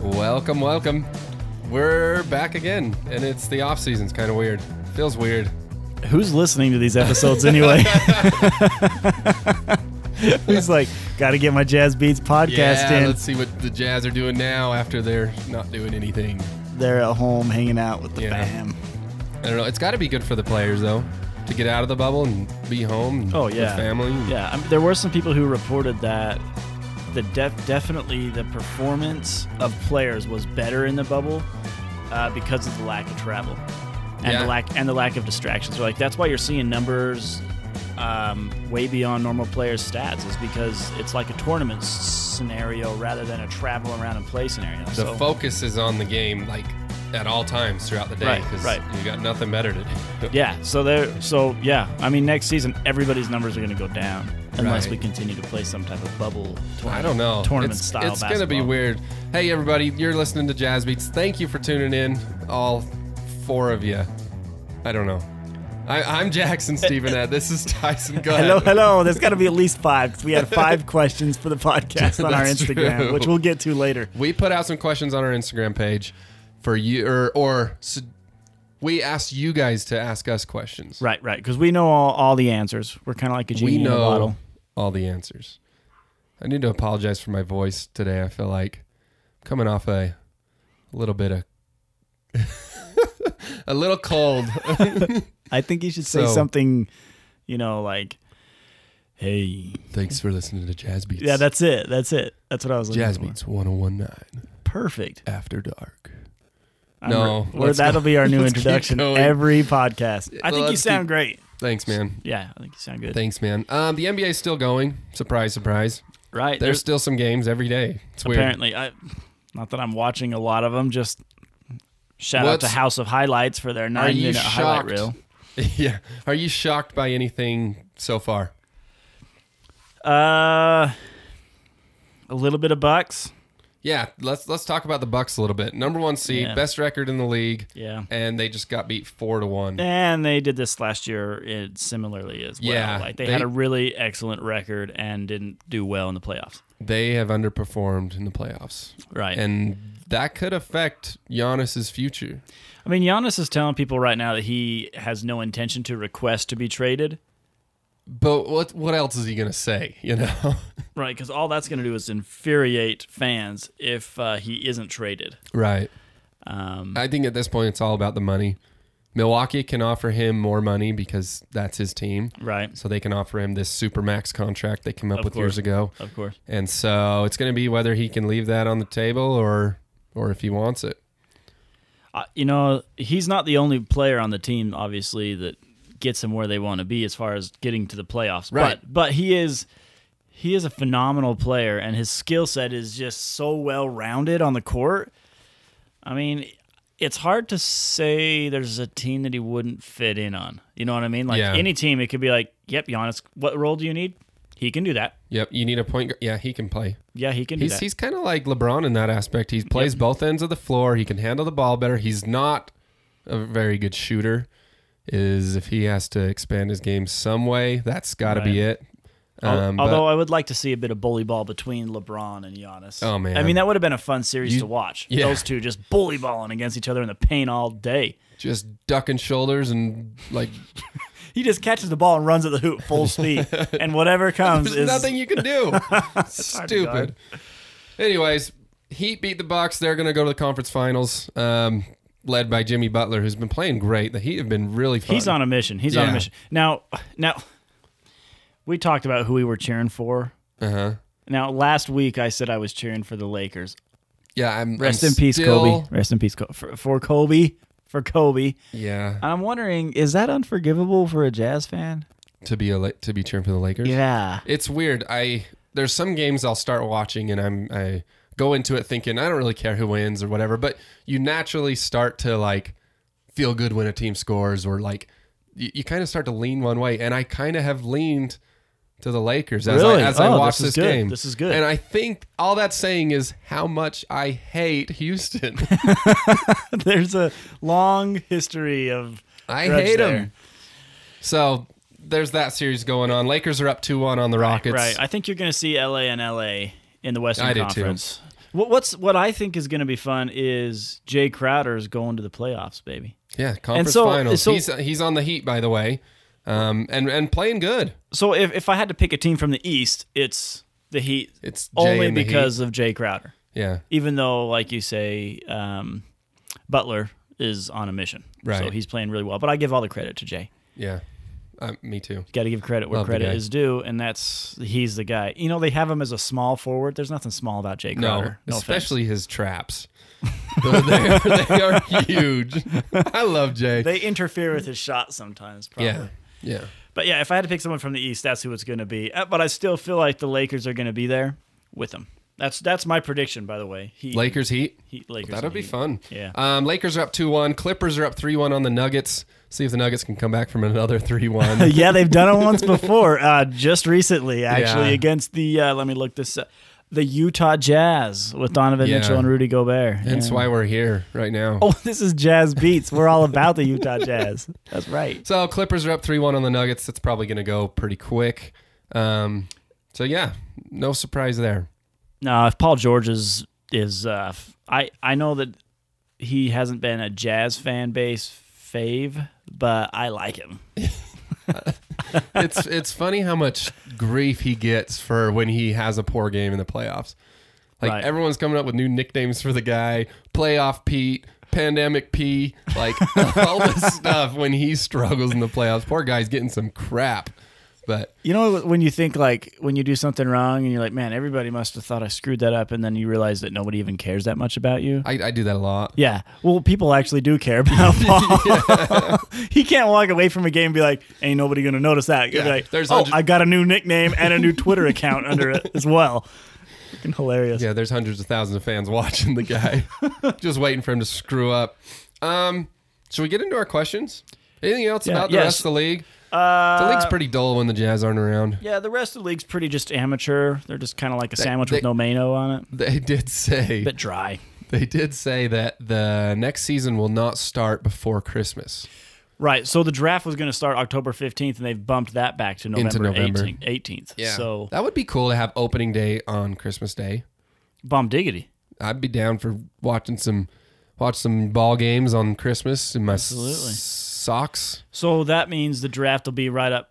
Welcome, welcome. We're back again, and it's the off season. It's kind of weird. Feels weird. Who's listening to these episodes anyway? Who's like, got to get my Jazz Beats podcast yeah, in? let's see what the Jazz are doing now after they're not doing anything. They're at home hanging out with the Yeah. fam. I don't know. It's got to be good for the players though, to get out of the bubble and be home. And Oh with yeah, family. Yeah, I mean, there were some people who reported that the def- definitely the performance of players was better in the bubble uh, because of the lack of travel and Yeah. the lack and the lack of distractions. So like that's why you're seeing numbers um, way beyond normal players' stats is because it's like a tournament s- scenario rather than a travel around and play scenario. The so focus is on the game, like at all times throughout the day, Right, because right. you got nothing better to do. yeah, so there, so yeah, I mean next season everybody's numbers are going to go down unless Right. we continue to play some type of bubble. Tournament, I don't know. tournament it's, style. It's gonna be basketball. weird. Hey everybody, you're listening to Jazz Beats. Thank you for tuning in, all four of you. I don't know. I, I'm Jackson Stevenette. This is Tyson. Go Hello, ahead. hello. There's got to be at least five because we had five questions for the podcast on our That's Instagram, true. which we'll get to later. We put out some questions on our Instagram page for you, or or su- we asked you guys to ask us questions. Right, right. Because we know all, all the answers. We're kind of like a genie We in a know bottle. all the answers. I need to apologize for my voice today. I feel like I'm coming off a, little bit of a little cold. I think you should say So- something, you know, like, "Hey." Thanks for listening to Jazz Beats. Yeah, that's it. That's it. That's what I was looking Jazz for. Beats 1019 Perfect. After Dark. I'm No, re- we're- let's go. that'll be our new Let's keep introduction going. every podcast. I think you Let's sound keep- great. Thanks, man. Yeah, I think you sound good. Thanks, man. Um, the NBA's still going. Surprise, surprise. right. There's still some games every day. It's weird. apparently I, not that I'm watching a lot of them. Just shout out to What's- House of Highlights for their nine you minute highlight shocked? reel. yeah. Are you shocked by anything so far? Uh, a little bit of bucks. Yeah, let's let's talk about the Bucks a little bit. Number one seed, Yeah. best record in the league, Yeah, and they just got beat four to one. and they did this last year it similarly as well. Yeah, like they, they- had a really excellent record and didn't do well in the playoffs. They have underperformed in the playoffs, Right. and that could affect Giannis's future. I mean, Giannis is telling people right now that he has no intention to request to be traded. But what what else is he gonna say? You know, Right, because all that's going to do is infuriate fans if uh, he isn't traded. right? Um, I think at this point it's all about the money. Milwaukee can offer him more money because that's his team. right, So they can offer him this super max contract they came up Of with course. years ago. of course. And so it's going to be whether he can leave that on the table or or if he wants it. Uh, you know, he's not the only player on the team, obviously, that gets them where they want to be as far as getting to the playoffs. Right. But but he is he is a phenomenal player, and his skill set is just so well rounded on the court. I mean, it's hard to say there's a team that he wouldn't fit in on. You know what I mean? Like Yeah. any team, it could be like, "Yep, Giannis, what role do you need? He can do that. Yep, you need a point guard. Yeah, he can play. Yeah, he can do He's that. he's kind of like LeBron in that aspect. He plays both ends of the floor. He can handle the ball better. He's not a very good shooter. Is if he has to expand his game some way, that's got to be it. Al- Um, but- Although I would like to see a bit of bully ball between LeBron and Giannis. Oh, man. I mean, that would have been a fun series to watch. yeah. Those two just bully balling against each other in the paint all day. just ducking shoulders and like He just catches the ball and runs at the hoop full speed, and whatever comes There's is nothing you can do. guard. Stupid. Anyways, Heat beat the Bucks. They're going to go to the conference finals, um, led by Jimmy Butler, who's been playing great. The Heat have been really fun. He's on a mission. He's on a Yeah. mission. Now, now, we talked about who we were cheering for. Uh huh. Now, last week I said I was cheering for the Lakers. Yeah. I'm. Rest I'm in peace, still- Kobe. Rest in peace, Kobe. For, for Kobe. For Kobe. Yeah. And I'm wondering, is that unforgivable for a Jazz fan? To be a La- to be cheering for the Lakers. Yeah. It's weird. I there's some games I'll start watching and I'm I go into it thinking I don't really care who wins or whatever, but you naturally start to like feel good when a team scores or like you, you kind of start to lean one way and I kind of have leaned to the Lakers as Really? I as Oh, I this watch is this, good. game. This is good. And I think all that's saying is how much I hate Houston. There's a long history of I grudge hate there. them. So there's that series going on. Lakers are up 2-1 on the Rockets. Right. I think you're going to see LA and LA in the Western I do too. Conference. What, what's what I think is going to be fun is Jay Crowder's going to the playoffs, baby. Yeah, conference so- finals. so- he's he's on the Heat, by the way, um, and and playing good. So if, if I had to pick a team from the East, it's the Heat. It's Jay only and the because of Jay Crowder. Heat. yeah, Even though, like you say, um, Butler is on a mission, so Right. he's playing really well. But I give all the credit to Jay. yeah, uh, me too. Got to give credit where Love the credit guy. is due, and that's he's the guy. You know, they have him as a small forward. There's nothing small about Jay No, Crowder. No, offense. especially his traps. Those- they, are, they are huge. I love Jay. they interfere with his shot sometimes. Probably. yeah, yeah, But yeah, if I had to pick someone from the East, that's who it's going to be. Uh, But I still feel like the Lakers are going to be there with them. That's that's my prediction, by the way. He, Lakers Heat. he, Lakers. That'll and be Heat. fun. Yeah. Um, Lakers are up two one. Clippers are up three one on the Nuggets. See if the Nuggets can come back from another three one. yeah, they've done it once before, uh, just recently, actually, Uh, Yeah. against the. Uh, let me look this. up. The Utah Jazz with Donovan Yeah. Mitchell and Rudy Gobert. That's Yeah. why we're here right now. Oh, this is Jazz Beats. We're all about the Utah Jazz. That's right. So Clippers are up three one on the Nuggets. That's probably going to go pretty quick. Um, so yeah, no surprise there. No, if Paul George is is uh, f- I I know that he hasn't been a Jazz fan base fave, but I like him. It's it's funny how much grief he gets for when he has a poor game in the playoffs. Like Right. everyone's coming up with new nicknames for the guy: playoff Pete, pandemic P, like all this stuff when he struggles in the playoffs. Poor guy's getting some crap. But You know when you think like when you do something wrong and you're like, man, everybody must have thought I screwed that up, and then you realize that nobody even cares that much about you. I, I do that a lot. Yeah. Well, people actually do care about Paul. he can't walk away from a game and be like, ain't nobody going to notice that. He'll be Yeah, like, there's oh, hundred- I got a new nickname and a new Twitter account under it as well. Fucking hilarious. Yeah, there's hundreds of thousands of fans watching the guy, just waiting for him to screw up. Um, should we get into our questions? Anything else Yeah, about the yes. rest of the league? Uh, The league's pretty dull when the Jazz aren't around. yeah, the rest of the league's pretty just amateur. They're just kind of like a sandwich with they- no mayo on it. They did say bit dry. they did say that the next season will not start before Christmas. Right. So the draft was going to start October 15th, and they've bumped that back to November, Into November. 18th. 18th. So, that would be cool to have opening day on Christmas Day. bomb diggity. I'd be down for watching some watch some ball games on Christmas in my s- Absolutely. socks. So that means the draft will be right up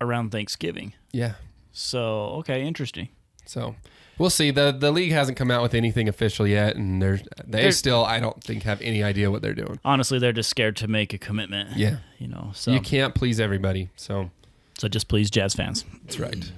around Thanksgiving. Yeah. So, okay, interesting. So we'll see. the The league hasn't come out with anything official yet, and they're they They're- still I don't think have any idea what they're doing. honestly they're just scared to make a commitment Yeah. you know so You can't please everybody, so so just please jazz fans that's right.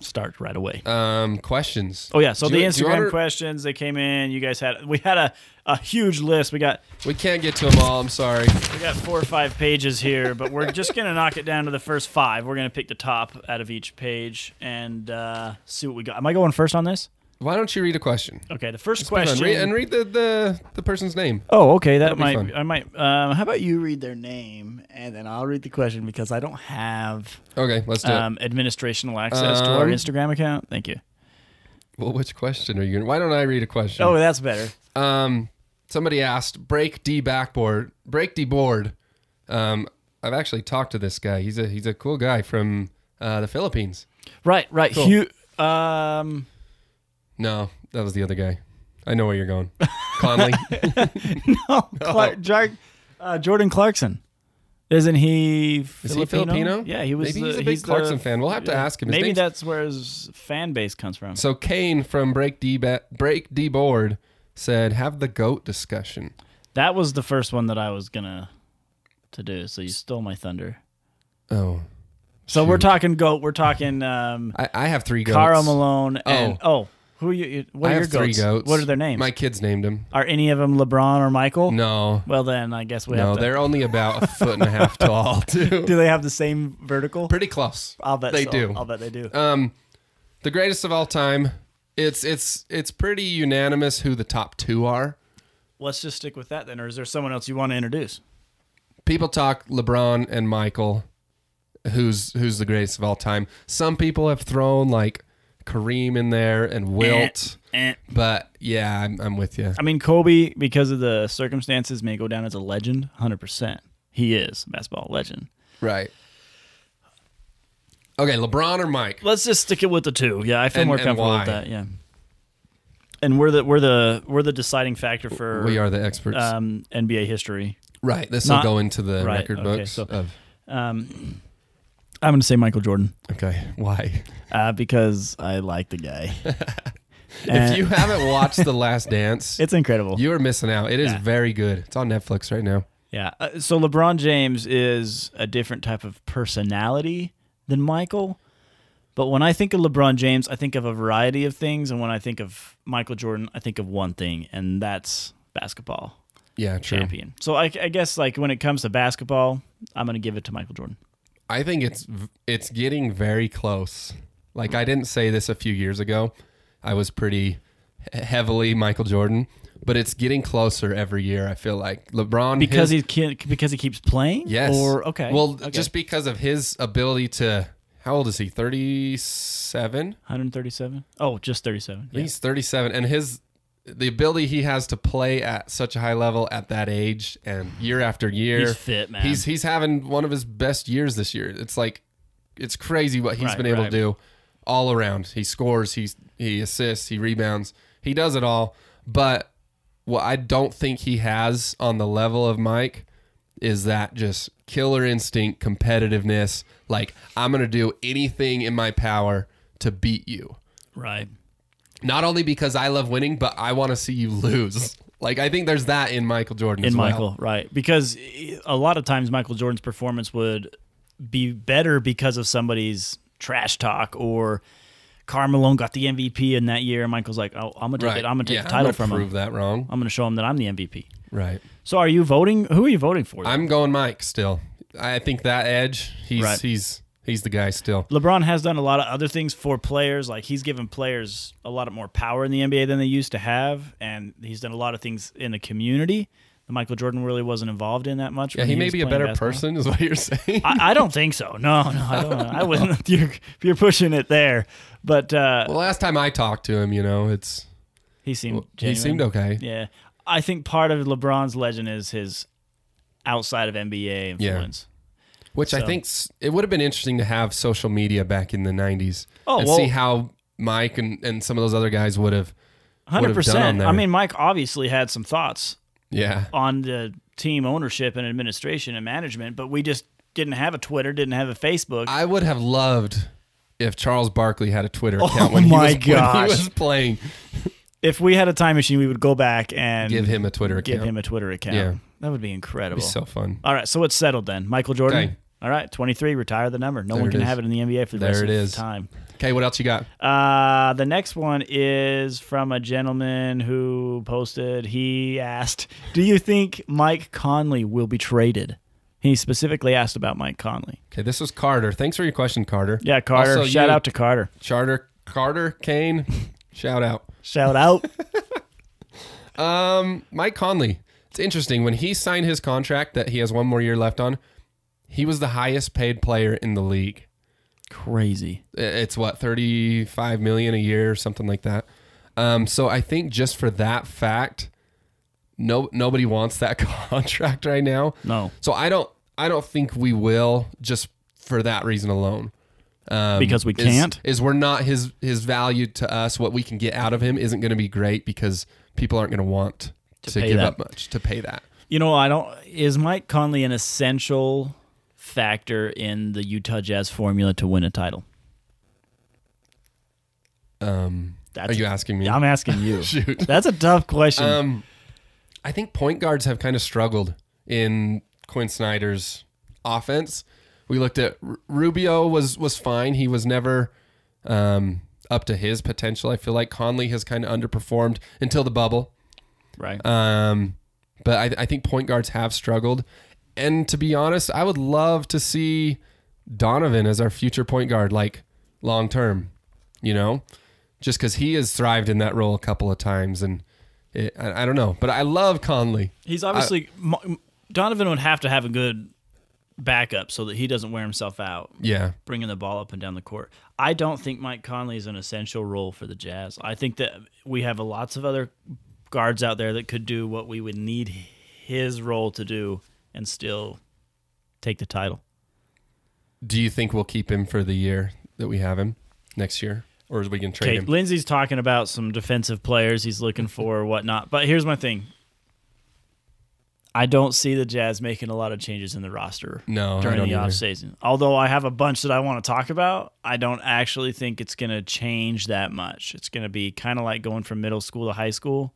start right away Um, questions. oh yeah so Do the you- do you instagram wanna- questions they came in you guys had we had a, a huge list we got We can't get to them all. I'm sorry. we got four or five pages here but we're just gonna knock it down to the first five we're gonna pick the top out of each page and uh, see what we got am i going first on this Why don't you read a question? okay the first Hold on, question read- and read the, the the person's name. Oh, okay. That be might. fun. I might. Um, how about you read their name and then I'll read the question because I don't have Okay, let's do um, administrational access to our Um, Instagram account. Thank you. it. Well, which question are you? Gonna, why don't I read a question? Oh, that's better. Um, somebody asked, "Break D backboard, break D board." Um, I've actually talked to this guy. He's a he's a cool guy from uh, the Philippines. Right, right. Cool. Hu- um, No, that was the other guy. I know where you're going, Conley. oh, Clark, Jar- uh, Jordan Clarkson. Isn't he Filipino? Is he Filipino? Yeah, he was. Maybe the, he's a big the- Clarkson fan. We'll have to ask him. His uh, Maybe name's- that's where his fan base comes from. So Kane from Break D ba- Break D board said, "Have the goat discussion." That was the first one that I was gonna to do. So you stole my thunder. Oh, So we're Shoot. talking goat. We're talking um, I, I have three goats. Carl Malone and oh, who are you? you- What I are have your three goats? goats. What are their names? My kids named him. Are any of them LeBron or Michael? No, Well, then I guess we no, have to. they're only about a foot and a half tall, too. Do they have the same vertical? Pretty close. I'll bet they so. do. I'll bet they do. Um, the greatest of all time. It's it's it's pretty unanimous who the top two are. Let's just stick with that then, or is there someone else you want to introduce? People talk LeBron and Michael. Who's who's the greatest of all time? Some people have thrown like Kareem in there and Wilt, Eh. but yeah, I'm, I'm with you. I mean, Kobe, because of the circumstances, may go down as a legend. Hundred percent, he is a basketball legend. Right. Okay, LeBron or Mike. Let's just stick it with the two. Yeah, I feel And- more and comfortable why? with that. Yeah. and we're the we're the we're the deciding factor for we are the experts. um, NBA history. right. This will not- go into the right, record okay, books. so- of, Um, I'm going to say Michael Jordan okay. Why? uh, because I like the guy. if you haven't watched The Last Dance, Eh. it's incredible. you are missing out. It is Yeah. very good. It's on Netflix right now. Yeah. Uh, so LeBron James is a different type of personality than Michael. But when I think of LeBron James, I think of a variety of things. And when I think of Michael Jordan, I think of one thing, and that's basketball Yeah, true. champion. So I, I guess, like, when it comes to basketball, I'm going to give it to Michael Jordan. I think it's v- it's getting very close. Like I didn't say this a few years ago. I was pretty he- heavily Michael Jordan, but it's getting closer every year. I feel like LeBron Because, his- he, can, because he keeps playing? yes Or, okay. well okay. just because of his ability to how old is he thirty seven 137? Oh, just 37. I think Yeah. he's 37 and his the ability he has to play at such a high level at that age and year after year He's fit, man. he's he's having one of his best years this year it's like it's crazy what he's Right, been able right. to do all around he scores he he assists he rebounds he does it all but what I don't think he has on the level of Mike is that just killer instinct, competitiveness. Like, I'm going to do anything in my power to beat you. right. Not only because I love winning, but I want to see you lose. Like, I think there's that in Michael Jordan as in well. Michael, right? Because i- a lot of times Michael Jordan's performance would be better because of somebody's trash talk or Karl Malone got the MVP in that year, and Michael's like, "Oh, I'm gonna take Right. it. I'm gonna take Yeah, the title gonna from prove him. Uh-huh. that wrong. I'm gonna show him that I'm the MVP." Right. So, are you voting? Who are you voting for? I'm going Mike still. I think that edge, he's, Right. he's, he's the guy still. LeBron has done a lot of other things for players. Like he's given players a lot of more power in the NBA than they used to have, and he's done a lot of things in the community. that Michael Jordan really wasn't involved in that much. Yeah, he, may be a better person. person, is what you're saying. I, I don't think so. No, no, I don't. I wouldn't. If you're, if you're pushing it there, but uh, the last time I talked to him, you know, it's he seemed. he Genuine. seemed okay. Yeah, I think part of LeBron's legend is his outside of NBA influence. Which I So- think s- it would have been interesting to have social media back in the 90s Oh, and well- see how Mike and, and some of those other guys would have. Hundred done percent. there. I mean, Mike obviously had some thoughts Yeah. on the team ownership and administration and management, but we just didn't have a Twitter, didn't have a Facebook. I would have loved if Charles Barkley had a Twitter Oh account when, my he was, when gosh. he was playing. if we had a time machine, we would go back and Give him a Twitter account. give him a Twitter account. Yeah. That would be incredible. It'd be so fun. All right, so it's settled then. Michael Jordan. Okay. All right, 23, retire the number. No There one it can is. have it in the NBA for the There rest it of is. the time. Okay, what else you got? Uh, the next one is from a gentleman who posted. He asked, Do you think Mike Conley will be traded? He specifically asked about Mike Conley. Okay, this was Carter. Thanks for your question, Carter. Yeah, Carter. Also, shout you- out to Carter. Charter Carter Kane. shout out. Shout out. Um, Mike Conley. It's interesting when he signed his contract that he has one more year left on. He was the highest paid player in the league. Crazy. it's what 35 million a year or something like that um, so i think just for that fact no nobody wants that contract right now No, so i don't i don't think we will just for that reason alone um, Because we is- can't? is, we're not his his value to us what we can get out of him isn't going to be great because people aren't going to want to, pay give that. up much to pay that You know, I don't. Is Mike Conley an essential factor in the Utah Jazz formula to win a title? um, That's are you asking me I'm asking you. Shoot. That's a tough question. Um, I think point guards have kind of struggled in Quinn Snyder's offense. We looked at R- Rubio was was fine. He was never um, up to his potential. I feel like Conley has kind of underperformed until the bubble. right. Um, but I, I think point guards have struggled. And to be honest, I would love to see Donovan as our future point guard, like long term, you know, just because he has thrived in that role a couple of times. And it, I, I don't know, but I love Conley. He's obviously Mo- Donovan would have to have a good backup so that he doesn't wear himself out Yeah. bringing the ball up and down the court. I don't think Mike Conley is an essential role for the Jazz. I think that we have lots of other guards out there that could do what we would need his role to do and still take the title. Do you think we'll keep him for the year that we have him next year? or we can trade Okay, him. Lindsey's talking about some defensive players he's looking for or whatnot. But here's my thing. I don't see the Jazz making a lot of changes in the roster No, Oh, I during don't the either. offseason. Although I have a bunch that I want to talk about, I don't actually think it's going to change that much. It's going to be kind of like going from middle school to high school,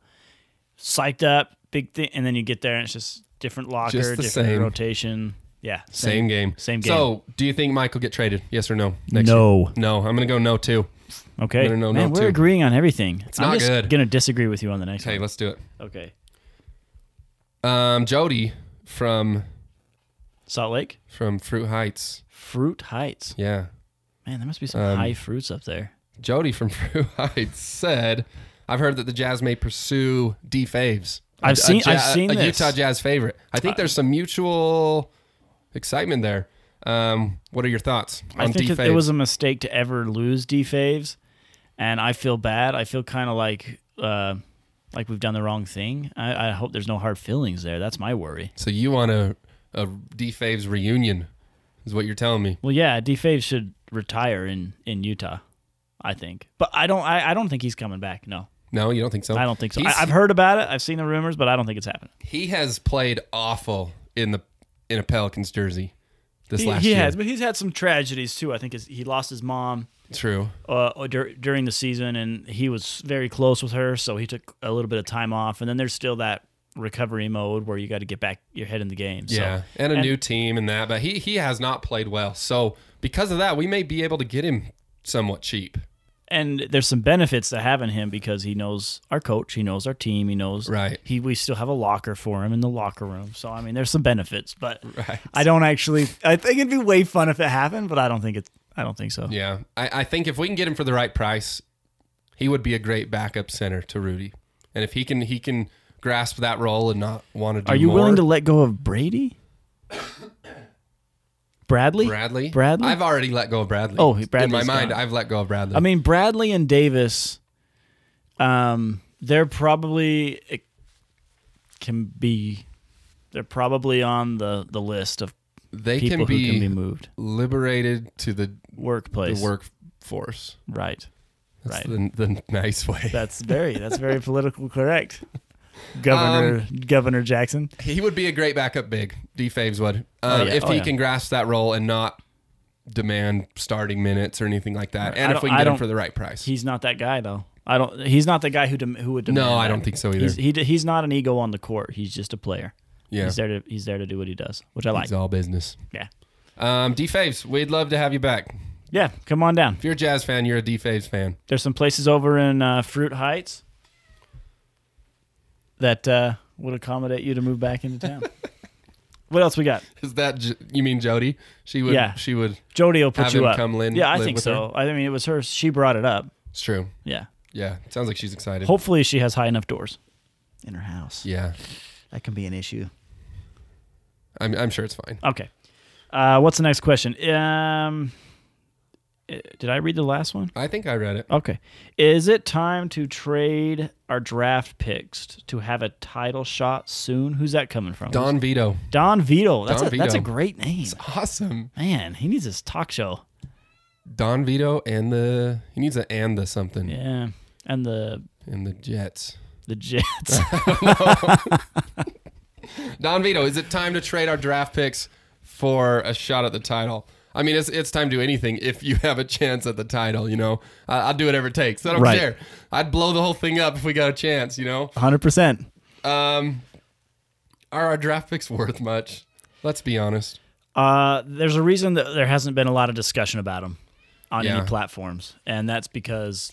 psyched up, big thing, and then you get there and it's just different locker, Just the different same. rotation. Yeah, Same, game. same So, do you think Mike will get traded? Yes or no? Next year? No. No, I'm going to go no too. Okay, No, no, no, man, no, we're two. agreeing on everything. It's I'm not just good. Gonna disagree with you on the next Okay, one. let's do it. Okay, Um, Jody from Salt Lake. from Fruit Heights. Fruit Heights. Yeah. Man, there must be some Um, high fruits up there. Jody from Fruit Heights said, "I've heard that the Jazz may pursue D Faves. A- I've a seen- I've seen a this. Utah Jazz favorite. I think there's some mutual excitement there. Um, what are your thoughts I on think D it, Faves? it was a mistake to ever lose D Faves, and I feel bad. I feel kind of like uh, like we've done the wrong thing. I, I hope there's no hard feelings there. That's my worry. so you want a a D Faves reunion? Is what you're telling me? Well, yeah, D Faves should retire in in Utah. I think, but I don't. I, I don't think he's coming back. No, No, you don't think so. I don't think so. I, He's- I've heard about it. I've seen the rumors, but I don't think it's happening. he has played awful in the in a Pelicans jersey this He, last he year. has, but he's had some tragedies too. I think his, he lost his mom. True. uh, dur- during the season, and he was very close with her, so he took a little bit of time off. And then there's still that recovery mode where you got to get back your head in the game. So. Yeah, and a and- new team and that, but he he has not played well. So because of that, we may be able to get him somewhat cheap. and there's some benefits to having him because he knows our coach, he knows our team, he knows Right. He we still have a locker for him in the locker room, so I mean, there's some benefits. But Right. I don't actually. I think it'd be way fun if it happened, but I don't think it's. I don't think so. Yeah, I, I think if we can get him for the right price, he would be a great backup center to Rudy. And if he can he can grasp that role and not want to do Are you more, willing to let go of Brady? Bradley? Bradley? Bradley? I've already let go of Bradley. Oh, in my Bradley's mind, gone. I've let go of Bradley. I mean, Bradley and Davis, um, they're probably it can be, they're probably on the the list of they can people be, who can be moved. liberated to the, the Workplace, workforce. right? That's Right. the, the nice way. That's very that's very political correct. Governor Um, Governor Jackson. He would be a great backup big. D Faves would. Um, yeah. If Oh, he yeah. can grasp that role and not demand starting minutes or anything like that. And I if we can don't- I get him don't- for the right price. He's not that guy though. I don't. He's not the guy who dem, who would demand. no, I that. don't think so either. He's he, d- he's not an ego on the court. He's just a player. yeah. He's there to he's there to do what he does, which I like. It's all business. Yeah, Um, D Faves, we'd love to have you back. yeah. Come on down. If you're a Jazz fan, you're a D Faves fan. There's some places over in uh, Fruit Heights that uh, would accommodate you to move back into town. what else we got? Is that J- you mean Jody? She would. Yeah. She would. Jody will put Have you him up. come lin- yeah, I live think with so. I mean, it was her. She brought it up. It's true. Yeah. Yeah. Sounds like she's excited. Hopefully, she has high enough doors in her house. yeah. That can be an issue. I'm, I'm sure it's fine. Okay. Uh, what's the next question? Um, uh, did I read the last one? I think I read it. Okay. Is it time to trade our draft picks to have a title shot soon? Who's that coming from? Don Vito. Don Vito. That's Don a that's a Vito. great name. Awesome. Man, he needs his talk show. Don Vito and the he needs an and the something Yeah. And the and the Jets. the Jets. Don Vito, is it time to trade our draft picks for a shot at the title? I mean, it's, it's time to do anything if you have a chance at the title, you know? I, I'll do whatever it takes. I don't Right. care. I'd blow the whole thing up if we got a chance, you know? 100%. Um, are our draft picks worth much? Let's be honest. Uh, there's a reason that there hasn't been a lot of discussion about him on Yeah. any platforms, and that's because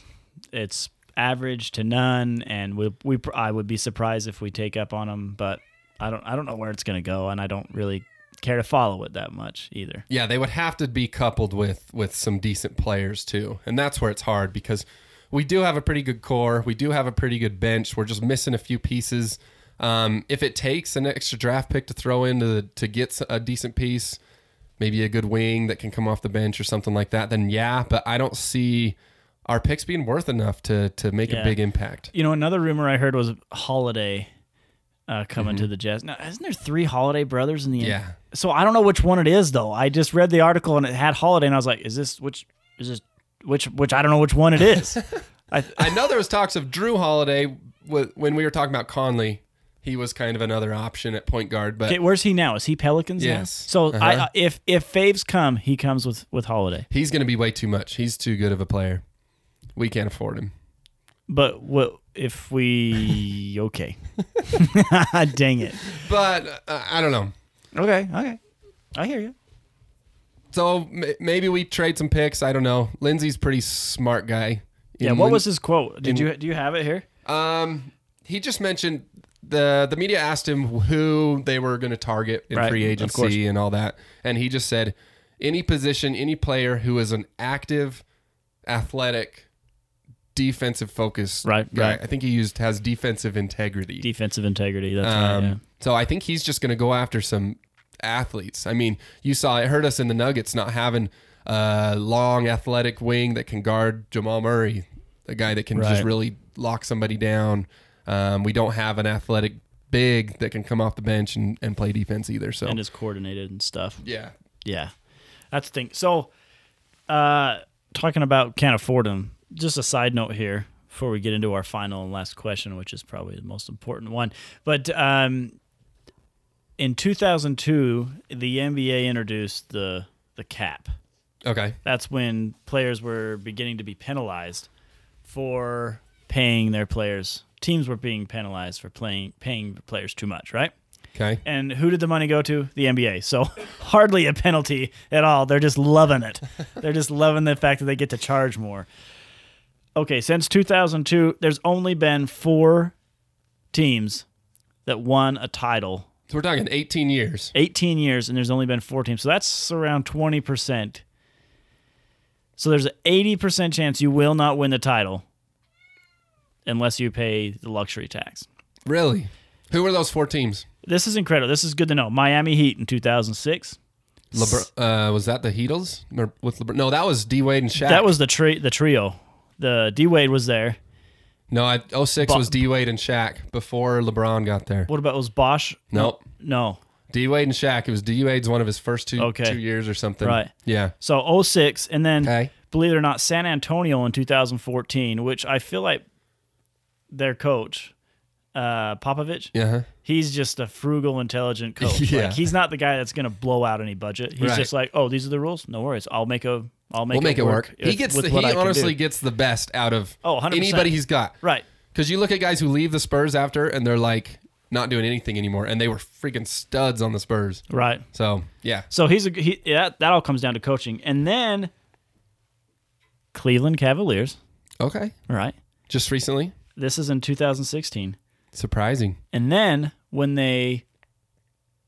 it's average to none, and we, we pr- I would be surprised if we take up on him, but I don't I don't know where it's gonna go, and I don't really care to follow it that much either. Yeah, they would have to be coupled with with some decent players too. And that's where it's hard because we do have a pretty good core. We do have a pretty good bench. We're just missing a few pieces. Um, if it takes an extra draft pick to throw in to, to get a decent piece, maybe a good wing that can come off the bench or something like that, then yeah. But I don't see our picks being worth enough to to make Yeah. a big impact. You know, another rumor I heard was Holiday uh, coming to the Jazz. Now, isn't there three Holiday brothers in the Mm-hmm. Yeah. So I don't know which one it is though. I just read the article and it had Holiday, and I was like, "Is this which? Is this which which I don't know which one it is. I, I know there was talks of Drew Holiday wh- when we were talking about Conley. He was kind of another option at point guard, but okay, where's he now? Is he Pelicans? now? Yes. So I, Uh-huh. I if if Faves come, he comes with with Holiday. he's going to be way too much. He's too good of a player. We can't afford him. But what if we okay? Dang it. But uh, I don't know. Okay. Okay. I hear you. So m- maybe we trade some picks. I don't know. Lindsey's pretty smart guy. Yeah. And What Lin- was his quote? Did in- you do you have it here? Um, he just mentioned the the media asked him who they were going to target in Right, free of course. agency and all that, and he just said any position, any player who is an active, athletic, defensive focused Right, guy. right. I think he used has defensive integrity. Defensive integrity. That's um, right. So I think he's just going to go after some athletes. I mean, you saw it hurt us in the Nuggets not having a long athletic wing that can guard Jamal Murray, a guy that can just Right. really lock somebody down. Um, we don't have an athletic big that can come off the bench and, and play defense either. So Yeah. And is coordinated and stuff. yeah, Yeah, that's the thing. So, uh, talking about can't afford them. Just a side note here before we get into our final and last question, which is probably the most important one. But um, in 2002, the NBA introduced the the cap. okay, That's when players were beginning to be penalized for paying their players. Teams were being penalized for playing paying players too much, right? okay, And who did the money go to? The NBA. So hardly a penalty at all. They're just loving it. They're just loving the fact that they get to charge more. Okay, since 2002, there's only been four teams that won a title. so we're talking 18 years. 18 years, and there's only been four teams. So that's around 20%. So there's an 80% chance you will not win the title unless you pay the luxury tax. Really, who were those four teams? This is incredible. This is good to know. Miami Heat in 2006. LeBron, uh, was that the Heatles? Or with LeBron? No, that was D Wade and Shaq. That was the tri- the trio. The D Wade was there. no. I, 06 Bo- was D Wade and Shaq before LeBron got there. What about was Bosch? Nope. No. D Wade and Shaq. It was D Wade's one of his first two Okay. two years or something. Right. Yeah. So 06 and then Okay. believe it or not San Antonio in 2014, which I feel like their coach uh Popovich, Yeah. huh. he's just a frugal intelligent coach. Yeah. Like he's not the guy that's going to blow out any budget. He's Right. just like, "Oh, these are the rules. No worries. I'll make a I'll make We'll make it work. He with- gets with the, what he I can honestly do. gets the best out of Oh, 100%. anybody he's got. Right. Because you look at guys who leave the Spurs after and they're like not doing anything anymore, and they were freaking studs on the Spurs. Right. So yeah, So he's a he, yeah, that all comes down to coaching. And then Cleveland Cavaliers, okay. all right? Just recently, This is in 2016. surprising. And then when they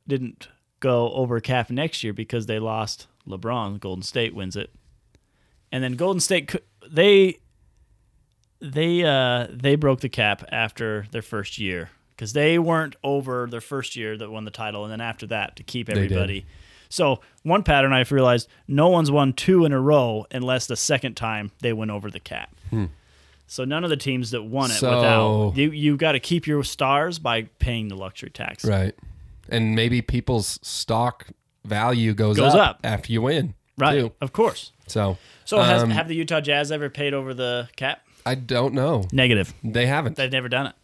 didn't go over cap next year because they lost LeBron, Golden State wins it. And then Golden State cou- they they uh they broke the cap after their first year cuz they weren't over their first year that won the title and then after that to keep did. everybody. So, one pattern I've realized, no one's won two in a row unless the second time they went over the cap. So none of the teams that won it Hmm. So- without you you got to keep your stars by paying the luxury tax. Right. And maybe people's stock value goes, Goes up. after you win. Right. too. Of course. So. So has, um, have the Utah Jazz ever paid over the cap? I don't know. Negative. They haven't. They've never done it.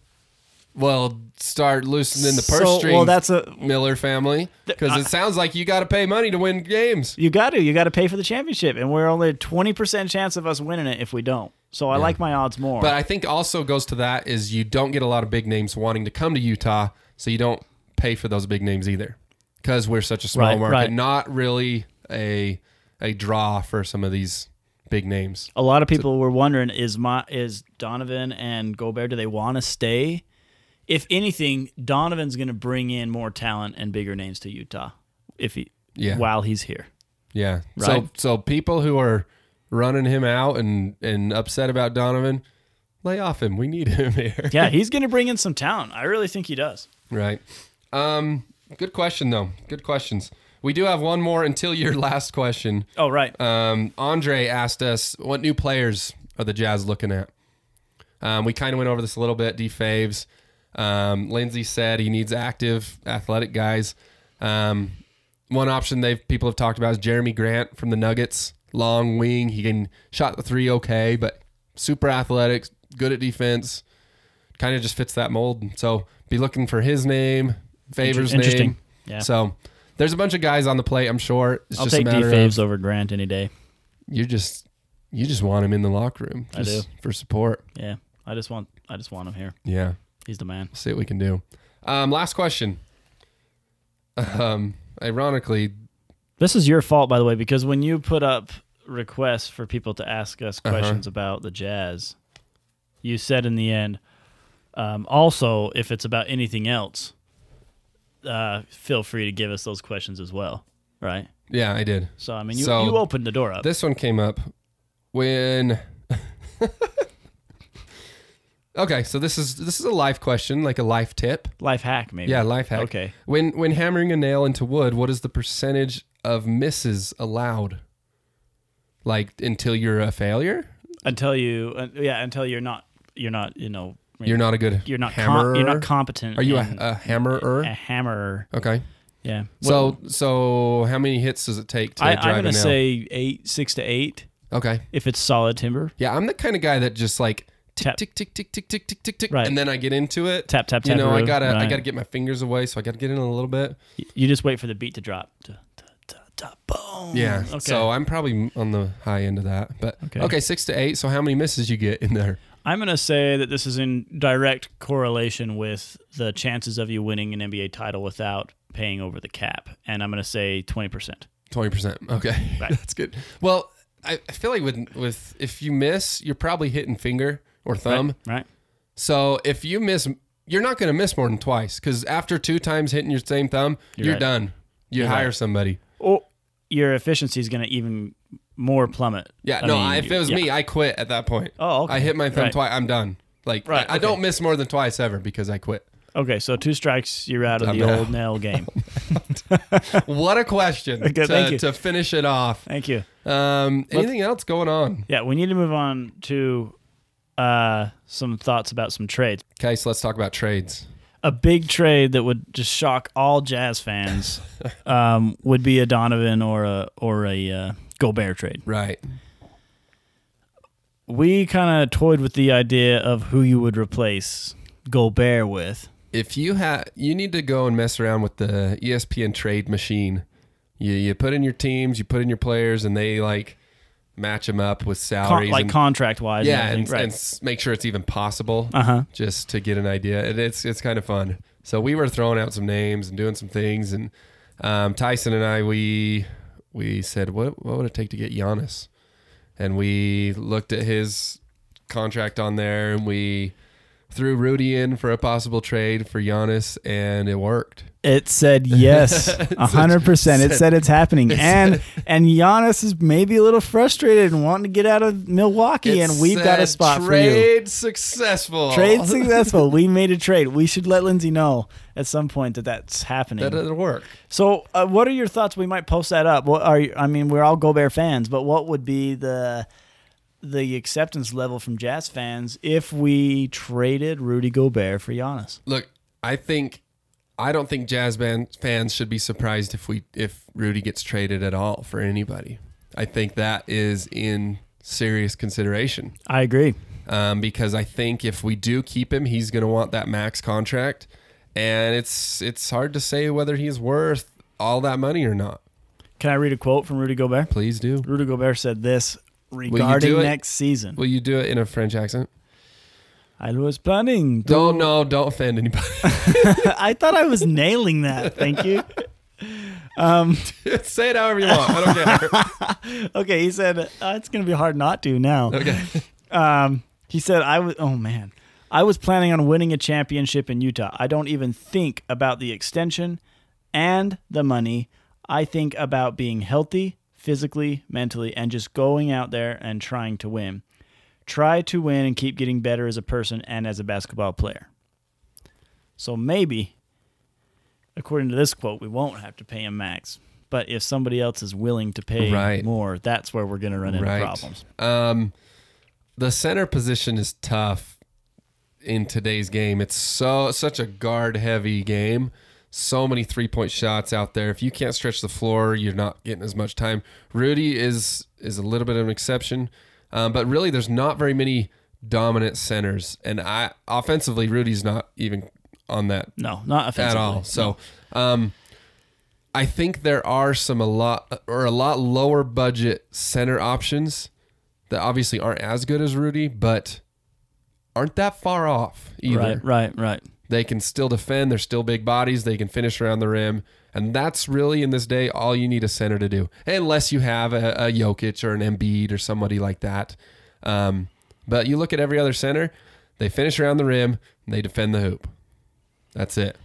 Well, start loosening the purse So- well, strings. that's a- Miller family because it sounds like you got to pay money to win games. You got to. You got to pay for the championship, and we're only twenty percent chance of us winning it if we don't. So I like my odds more. But I think also goes to that is you don't get a lot of big names wanting to come to Utah, so you don't pay for those big names either because we're such a small Right, market. right. Not really a a draw for some of these big names. a lot of people were wondering: is my is Donovan and Gobert? Do they want to stay? If anything, Donovan's going to bring in more talent and bigger names to Utah if he Yeah. while he's here. Yeah. So Right. so people who are running him out and and upset about Donovan, lay off him. We need him here. Yeah, he's going to bring in some talent. I really think he does. Right. Um, good question though. Good questions. We do have one more until your last question. Oh, right. Um, Andre asked us what new players are the Jazz looking at. Um, we kind of went over this a little bit. D faves. Um, Lindsay said he needs active, athletic guys. Um, one option they've people have talked about is Jeremy Grant from the Nuggets. long wing. He can shot the three okay, but super athletic, good at defense. Kind of just fits that mold. So be looking for his name, Favors Interesting. name. Yeah. So there's a bunch of guys on the plate. I'm sure. It's I'll just take a D matter Faves of over Grant any day. you just you just want him in the locker room. I just for support. Yeah. I just want I just want him here. Yeah. He's the man. We'll see what we can do. Um, last question. Um, ironically, This is your fault, by the way, because when you put up requests for people to ask us Uh-huh. questions about the jazz, you said in the end, um, also, if it's about anything else, uh, feel free to give us those questions as well, right? yeah, I did. So, I mean, you, So, you opened the door up. This one came up when. okay, so this is this is a life question, like a life tip. life hack, maybe. Yeah, life hack. Okay. When when hammering a nail into wood, what is the percentage of misses allowed? Like until you're a failure, Until you, uh, yeah, until you're not, you're not, you know, you're not a good. you're not, com- hammerer. you're not competent. Are you a, in- a hammerer? a hammerer? Okay. Yeah. So so how many hits does it take to I, drive I'm a nail? gonna say eight, six to eight, okay. if it's solid timber. Yeah, I'm the kind of guy that just like tick Tap. tick tick tick tick tick tick tick tick, Right. and then I get into it. Tap tap You tap. know, I roo. gotta I Right. gotta get my fingers away, so I gotta get in a little bit. You just wait for the beat to drop. Da, da, da, da, boom. Yeah. Mm, Okay. So I'm probably on the high end of that, but okay. Okay. six to eight. So how many misses you get in there? I'm gonna say that this is in direct correlation with the chances of you winning an NBA title without paying over the cap, and I'm gonna say twenty percent. Twenty percent. Okay, Right. that's good. Well, I, I feel like with with if you miss, you're probably hitting finger or thumb. right? So if you miss, you're not gonna miss more than twice because after two times hitting your same thumb, you're, You're right. done. You You're hire right. somebody. Or your efficiency is gonna even more plummet. Yeah, I no. mean, I, if it was yeah. me, I quit at that point. Oh, okay. I hit my thumb Right. twice. I'm done. Like Right, I, I okay. don't miss more than twice ever because I quit. Okay, so two strikes, you're out of I'm the out. old nail game. What a question Okay, to, thank you. to finish it off. Thank you. Um, anything else going on? Yeah, we need to move on to uh, some thoughts about some trades. Okay, so let's talk about trades. A big trade that would just shock all Jazz fans um, would be a Donovan or a or a uh, Gobert trade. Right. We kind of toyed with the idea of who you would replace Gobert with. If you have, you need to go and mess around with the E ESPN trade machine. You you put in your teams, you put in your players, and they like match them up with Con- salaries. like and, contract wise, yeah, and, and, everything. right? and s- make sure it's even possible. uh huh. just to get an idea. And it's it's kind of fun. So we were throwing out some names and doing some things, and um, Tyson and I we we said what what would it take to get Giannis, and we looked at his contract on there, and we threw Rudy in for a possible trade for Giannis, and it worked. It said yes, a hundred percent. It said- said it's happening, and and Giannis is maybe a little frustrated and wanting to get out of Milwaukee, It and we've got a said spot for you. trade successful. Trade successful. We made a trade. We should let Lindsay know at some point that that's happening. That didn't work. so, uh, what are your thoughts? We might post that up. What are you, I mean, we're all Gobert fans, but what would be the the acceptance level from Jazz fans if we traded Rudy Gobert for Giannis? Look, I think I don't think jazz band fans should be surprised if we if Rudy gets traded at all for anybody. I think that is in serious consideration I agree. um, because I think if we do keep him, he's going to want that max contract, and it's it's hard to say whether he's worth all that money or not. Can I read a quote from Rudy Gobert? Please do. Rudy Gobert said this do regarding it? next season. Will you do it in a French accent? I was planning. to- Don't no, don't offend anybody. I thought I was nailing that. Thank you. say it however you want. I don't care. Okay, he said uh, it's going to be hard not to now. Okay. Um, he said, "I was. Oh man, I was planning on winning a championship in Utah. I don't even think about the extension and the money. I think about being healthy physically, mentally, and just going out there and trying to win. Try to win and keep getting better as a person and as a basketball player. So maybe, according to this quote, we won't have to pay him max. But if somebody else is willing to pay Right. more, that's where we're going to run into Right. problems. Um, the center position is tough in today's game. It's so such a guard heavy game. so many three point shots out there. If you can't stretch the floor, you're not getting as much time. Rudy is is a little bit of an exception, um, but really there's not very many dominant centers, and I offensively Rudy's not even on that No, not at offensively. all. So, um, I think there are some a lot or a lot lower budget center options that obviously aren't as good as Rudy, but aren't that far off either. Right, right, right. They can still defend. They're still big bodies. They can finish around the rim, and that's really in this day all you need a center to do, unless you have a, a Jokic or an Embiid or somebody like that. Um, but you look at every other center; they finish around the rim, they defend the hoop. That's it.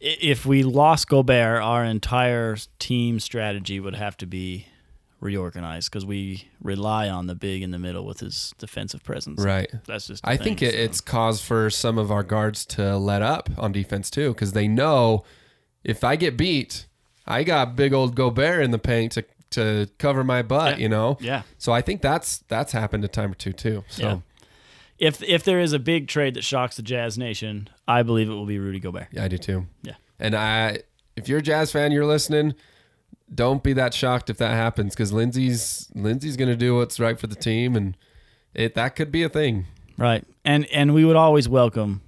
I- If we lost Gobert, our entire team strategy would have to be reorganized because we rely on the big in the middle with his defensive presence. Right. That's just. the I think thing, it, so. it's cause for some of our guards to let up on defense too, because they know if I get beat, I got big old Gobert in the paint to to cover my butt, Yeah. you know. Yeah. So I think that's that's happened a time or two too. So Yeah. If if there is a big trade that shocks the Jazz Nation, I believe it will be Rudy Gobert. yeah, I do too. Yeah. And I, if you're a Jazz fan, you're listening. Don't be that shocked if that happens, because Lindsey's Lindsey's going to do what's right for the team, and it that could be a thing. Right. And and we would always welcome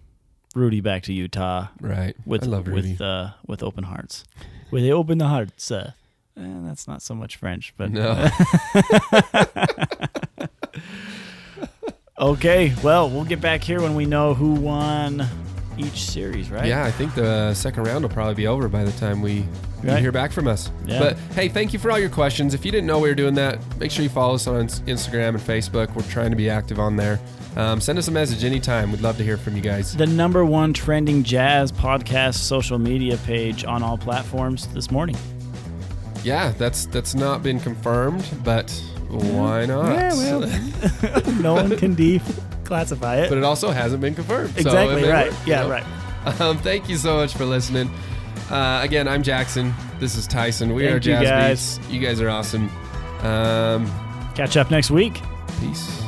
Rudy back to Utah Right. with I love Rudy. with uh, with open hearts. With open hearts. Uh, eh, that's not so much French, but no. okay. Well, we'll get back here when we know who won each series, right? Yeah, I think the second round will probably be over by the time we you Right. hear back from us. Yeah. But hey, thank you for all your questions. If you didn't know we were doing that, make sure you follow us on Ins- Instagram and Facebook. We're trying to be active on there. Um, send us a message anytime. We'd love to hear from you guys. The number one trending jazz podcast social media page on all platforms this morning. Yeah, that's that's not been confirmed, but why not? no one can declassify it. but it also hasn't been confirmed. so Oh, it exactly may right. work, you yeah, know? right. Um, thank you so much for listening. Uh, again, I'm Jackson. This is Tyson. We Thank are you, Jazz guys. Beats. You guys are awesome. Um, Catch up next week. peace.